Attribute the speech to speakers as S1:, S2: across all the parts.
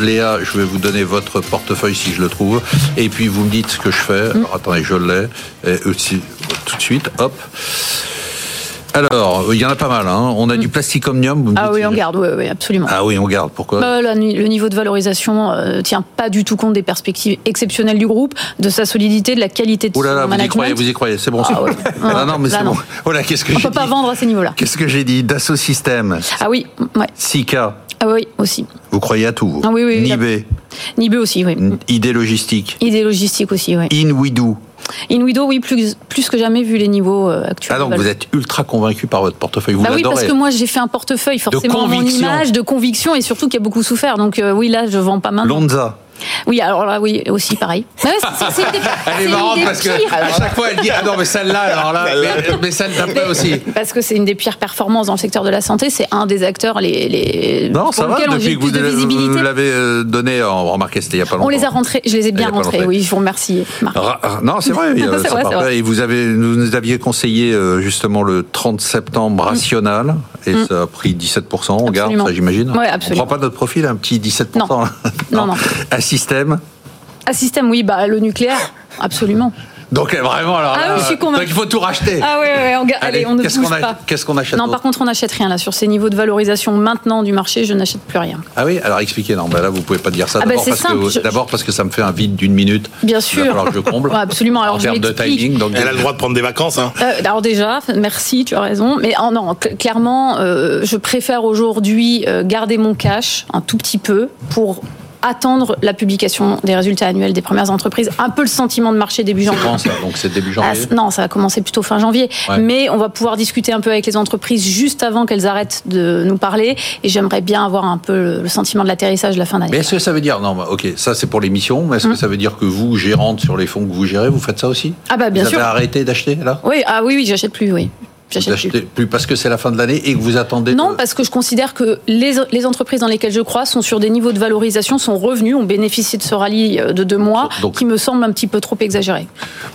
S1: Léa, je vais vous donner votre portefeuille si je le trouve. Et puis vous me dites ce que je fais.
S2: Mm.
S1: Alors, attendez, je l'ai. Et aussi, Tout de suite, hop. Alors, il y en a pas mal. Hein. On a du plastique omnium. vous me
S2: Mm. Ah
S1: dites
S2: oui,
S1: si
S2: on
S1: je-
S2: garde, oui, oui, absolument.
S1: Ah oui, on garde. Pourquoi
S2: Euh, la- le niveau de valorisation euh, tient pas du tout compte des perspectives exceptionnelles du groupe, de sa solidité, de la qualité de
S1: Oh là
S2: son
S1: là, vous y
S2: management.
S1: croyez, vous y croyez. C'est bon,
S2: Ah
S1: c'est bon.
S2: ouais.
S1: Ah non, mais
S2: Là,
S1: c'est
S2: non.
S1: bon. Voilà, qu'est-ce que
S2: On
S1: j'ai
S2: peut pas
S1: dit
S2: vendre à ces niveaux-là.
S1: Qu'est-ce que j'ai dit Dassault Systèmes,
S2: Ah oui, ouais.
S1: Sika,
S2: ah oui, aussi.
S1: vous croyez à tout. vous.
S2: Ah oui, oui, oui,
S1: Nibé,
S2: Nibé aussi, oui.
S1: ID Logistique,
S2: Idée logistique aussi, oui.
S1: Inwidou.
S2: Inwido, oui, plus, plus que jamais vu les niveaux euh, actuels.
S1: Ah donc
S2: de valeur.
S1: vous êtes ultra convaincu par votre portefeuille, vous
S2: Bah oui, parce
S1: l'adorez.
S2: que moi j'ai fait un portefeuille forcément à mon
S1: conviction.
S2: image, de conviction et surtout qui a beaucoup souffert. Donc euh, oui, là je vends pas maintenant.
S1: Lonza.
S2: Oui, alors là oui, aussi pareil. Mais ouais, c'est- c'est- c'est-
S1: Elle
S2: Ah, c'est
S1: est
S2: une
S1: marrante
S2: des
S1: parce que
S2: pires.
S1: à chaque fois elle dit ah non mais celle-là alors là mais, mais celle d'après aussi.
S2: Parce que c'est une des pires performances dans le secteur de la santé. C'est un des acteurs les, les
S1: Non
S2: pour
S1: ça va
S2: lequel on a
S1: depuis
S2: le
S1: que vous,
S2: plus de visibilité.
S1: vous l'avez euh, donné en remarqué c'était il y a pas longtemps.
S2: on les a rentrés, je les ai bien
S1: Il y a pas
S2: rentrés.
S1: longtemps.
S2: Oui, je vous remercie. Marc.
S1: Ra- ra- Non, c'est vrai.
S2: C'est
S1: euh,
S2: vrai,
S1: ça
S2: c'est
S1: part
S2: vrai.
S1: pas. Et vous avez, nous, nous aviez conseillé euh, justement le 30 septembre Rational, et ça a pris 17%. On garde
S2: Mm. Absolument.
S1: ça, j'imagine.
S2: Ouais,
S1: on
S2: absolument.
S1: prend pas notre profil, un petit 17%.
S2: Non. Non, non.
S1: Un système. Ah.
S2: À système, oui, bah le nucléaire, absolument.
S1: Donc euh, vraiment, alors.
S2: Ah
S1: là,
S2: oui, je suis
S1: euh,
S2: convaincue.
S1: Donc il faut tout racheter.
S2: Ah ouais, ouais, on ga- allez, on ne
S1: qu'est-ce
S2: bouge
S1: qu'on a-
S2: pas.
S1: Qu'est-ce qu'on achète
S2: Non,
S1: d'autre
S2: par contre, on n'achète rien là sur ces niveaux de valorisation maintenant du marché. Je n'achète plus rien.
S1: Ah oui, alors expliquez. Non, bah là, vous pouvez pas dire ça.
S2: Ah bah,
S1: d'abord
S2: c'est
S1: parce que-
S2: simple, je-
S1: D'abord parce que ça me fait un vide d'une minute.
S2: Bien
S1: Il
S2: sûr.
S1: va falloir que je comble.
S2: Ouais, absolument. Alors,
S1: en
S2: je
S1: termes de
S2: l'explique.
S1: timing, donc
S3: Elle a le droit de prendre des vacances. Hein.
S2: Euh, alors déjà, merci, tu as raison. Mais oh non, cl- clairement, euh, je préfère aujourd'hui euh, garder mon cash un tout petit peu pour attendre la publication des résultats annuels des premières entreprises. Un peu le sentiment de marché début
S1: C'est
S2: janvier.
S1: quand, ça Donc c'est début
S2: Ah,
S1: janvier.
S2: c- non, ça va commencer plutôt fin janvier.
S1: Ouais.
S2: Mais on va pouvoir discuter un peu avec les entreprises juste avant qu'elles arrêtent de nous parler. Et j'aimerais bien avoir un peu le- le sentiment de l'atterrissage de la fin d'année.
S1: Mais est-ce que ça veut dire non bah, Ok, ça c'est pour l'émission. Mais est-ce que ça veut dire que vous, gérante sur les fonds que vous gérez, vous faites ça aussi
S2: Hum. Ah bah, bien
S1: vous
S2: sûr.
S1: avez arrêté d'acheter là
S2: Oui, ah oui, oui, j'achète plus, oui.
S1: Vous
S2: J'achète plus.
S1: achetez plus parce que c'est la fin de l'année et que vous attendez.
S2: Non,
S1: de-
S2: parce que je considère que les, les entreprises dans lesquelles je crois sont sur des niveaux de valorisation, sont revenus, ont bénéficié de ce rallye euh, de deux mois,
S1: Donc-
S2: qui me semble un petit peu trop exagéré.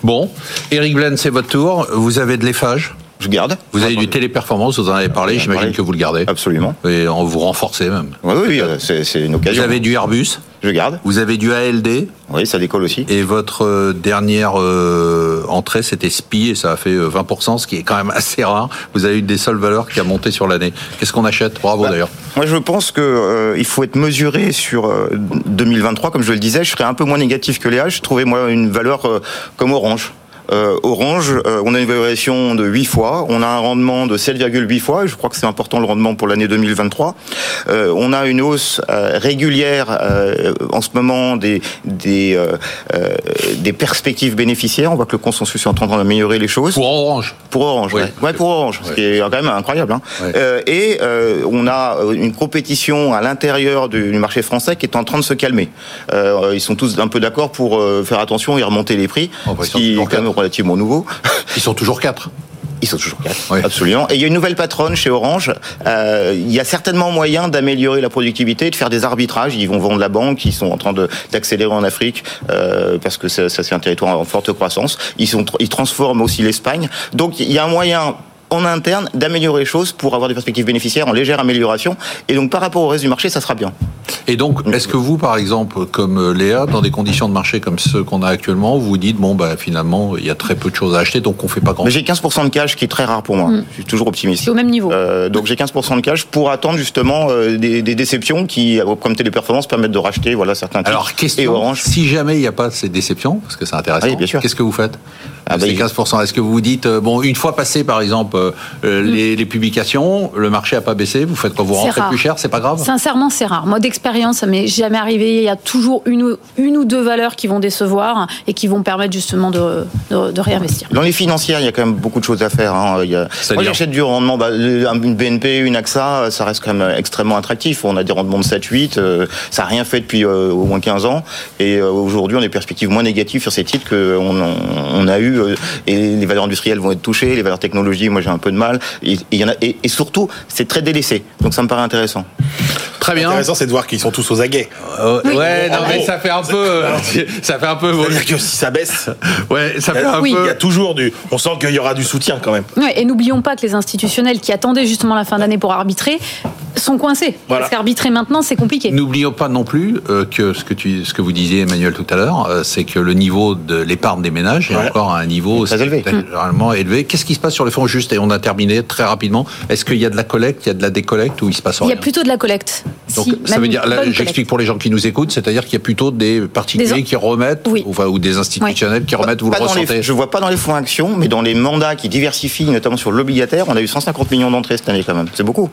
S1: Bon, Eric Blaine, c'est votre tour. Vous avez de l'effage.
S3: Je garde.
S1: Vous avez du téléperformance. Vous en avez parlé. J'imagine
S3: parlé. Ah.
S1: que vous le gardez.
S3: Absolument.
S1: Et on vous renforcez même.
S3: Oui, oui, oui, euh, c'est c'est une
S1: Vous
S3: occasion.
S1: avez du Airbus.
S3: Je garde.
S1: Vous avez du ALD.
S3: Oui, ça décolle aussi.
S1: Et votre euh, dernière euh, entrée, c'était SPI et ça a fait euh, 20%, ce qui est quand même assez rare. Vous avez une des seules valeurs qui a monté sur l'année. Qu'est-ce qu'on achète Bravo
S3: Bah,
S1: d'ailleurs.
S3: Moi, je pense que euh, il faut être mesuré sur euh, 2023. Comme je le disais, je serais un peu moins négatif que Léa. Je trouvais moi une valeur euh, comme Orange. Euh, Orange, euh, on a une valorisation de 8 fois, on a un rendement de 7,8 fois, et je crois que c'est important le rendement pour l'année 2023. Euh, on a une hausse euh, régulière euh, en ce moment des, des, euh, euh, des perspectives bénéficiaires, on voit que le consensus est en train d'améliorer les choses.
S1: Pour Orange.
S3: Pour Orange,
S1: Oui.
S3: ouais. Ouais, pour Orange, ce qui est quand même incroyable. hein.
S1: Ouais.
S3: Euh, et euh, on a euh, une compétition à l'intérieur du, du marché français qui est en train de se calmer. Euh, ils sont tous un peu d'accord pour euh, faire attention et remonter les prix,
S1: Oh, bah, ils
S3: ce
S1: sont
S3: qui est
S1: toujours
S3: quand même
S1: quatre.
S3: relativement nouveau.
S1: Ils sont toujours 4.
S3: Ils sont toujours quatre,
S1: Ouais.
S3: absolument. Et il y a une nouvelle patronne chez Orange. Euh, il y a certainement moyen d'améliorer la productivité, de faire des arbitrages. Ils vont vendre la banque, ils sont en train de- d'accélérer en Afrique euh, parce que ça, ça, c'est un territoire en forte croissance. Ils, sont, ils transforment aussi l'Espagne. Donc il y a un moyen en interne d'améliorer les choses pour avoir des perspectives bénéficiaires en légère amélioration. Et donc par rapport au reste du marché, ça sera bien.
S1: Et donc, est-ce que vous, par exemple, comme euh, Léa, dans des conditions de marché comme ceux qu'on a actuellement, vous dites, bon, bah, finalement, il y a très peu de choses à acheter, donc on fait pas grand
S3: Mais
S1: chose
S3: j'ai 15% de cash qui est très rare pour moi. Je suis toujours optimiste.
S2: C'est au même
S1: Oh.
S2: niveau.
S3: Euh, donc j'ai 15% de cash pour attendre justement euh, des, des déceptions qui, euh, comme téléperformance, permettent de racheter voilà certains titres.
S1: Alors, question,
S3: et Orange.
S1: si jamais il n'y a pas ces déceptions, parce que c'est intéressant,
S3: Oui, bien sûr.
S1: qu'est-ce que vous faites
S3: Ah,
S1: C'est
S3: bah, il-
S1: 15%. Est-ce que vous vous dites, euh, bon, une fois passé, par exemple, euh, euh, les, les publications, le marché a pas baissé, vous faites quoi Vous
S2: C'est
S1: rentrez
S2: rare.
S1: plus cher, c'est pas grave
S2: Sincèrement, c'est rare. Moi, d'expérience, ça m'est jamais arrivé. Il y a toujours une, ou- une ou deux valeurs qui vont décevoir et qui vont permettre justement de, de- de réinvestir.
S3: Dans les financières, il y a quand même beaucoup de choses à faire. hein. Il y a-
S1: C'est-à-dire
S3: Moi, j'achète du rendement. Bah, le- une BNP, une AXA, ça reste quand même euh, extrêmement attractif. On a des rendements de 7-8. euh, ça n'a rien fait depuis euh, au moins 15 ans. Et euh, aujourd'hui, on a des perspectives moins négatives sur ces titres qu'on on a eu. euh, et les valeurs industrielles vont être touchées. Les valeurs technologiques, moi, j'ai un peu de mal. Et, et il y en a, et- et surtout, c'est très délaissé. Donc, ça me paraît intéressant.
S1: Très bien.
S4: L'intéressant, c'est de voir qu'ils sont tous aux aguets.
S1: Euh,
S2: Oui.
S1: Ouais, non,
S4: En
S1: mais
S4: gros.
S1: ça fait un peu.
S3: Ah,
S1: Ça fait un peu.
S4: C'est-à-dire que si ça baisse,
S1: Ouais, ça
S4: il y
S1: fait
S4: a-
S1: un
S2: Oui.
S4: il y
S1: peu.
S4: a toujours du. On sent qu'il y aura du soutien quand même.
S2: Ouais, et n'oublions pas que les institutionnels qui attendaient justement la fin d'année pour arbitrer sont coincés.
S4: Voilà.
S2: Parce qu'arbitrer maintenant, c'est compliqué.
S1: N'oublions pas non plus euh, que ce que, tu, ce que vous disiez, Emmanuel, tout à l'heure, euh, c'est que le niveau de l'épargne des ménages est
S4: Ouais.
S1: encore à un niveau
S3: Très élevé.
S1: généralement élevé. Qu'est-ce qui se passe sur le fonds juste Et on a terminé très rapidement. Est-ce qu'il y a de la collecte, il y a de la décollecte ou il se passe
S2: Il y
S1: rien
S2: a plutôt de la collecte.
S1: Donc,
S2: Si,
S1: ça
S2: même
S1: veut
S2: une
S1: dire,
S2: bonne
S1: là,
S2: collecte.
S1: j'explique pour les gens qui nous écoutent, c'est-à-dire qu'il y a plutôt des particuliers
S2: Des en-
S1: qui remettent,
S2: Oui.
S1: enfin, ou des institutionnels qui remettent, vous
S3: Pas
S1: le
S3: dans les-
S1: ressentez
S3: je vois pas dans les fonds actions, mais dans les mandats qui diversifient, notamment sur l'obligataire, on a eu 150 millions d'entrées cette année quand même. C'est beaucoup.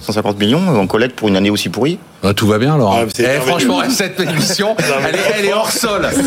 S3: 150 millions, on collecte pour une année aussi pourrie. Ah,
S1: Bah, Tout va bien, alors.
S4: Ah, c'est merveilleux.
S1: franchement, cette émission, elle est, elle est hors sol.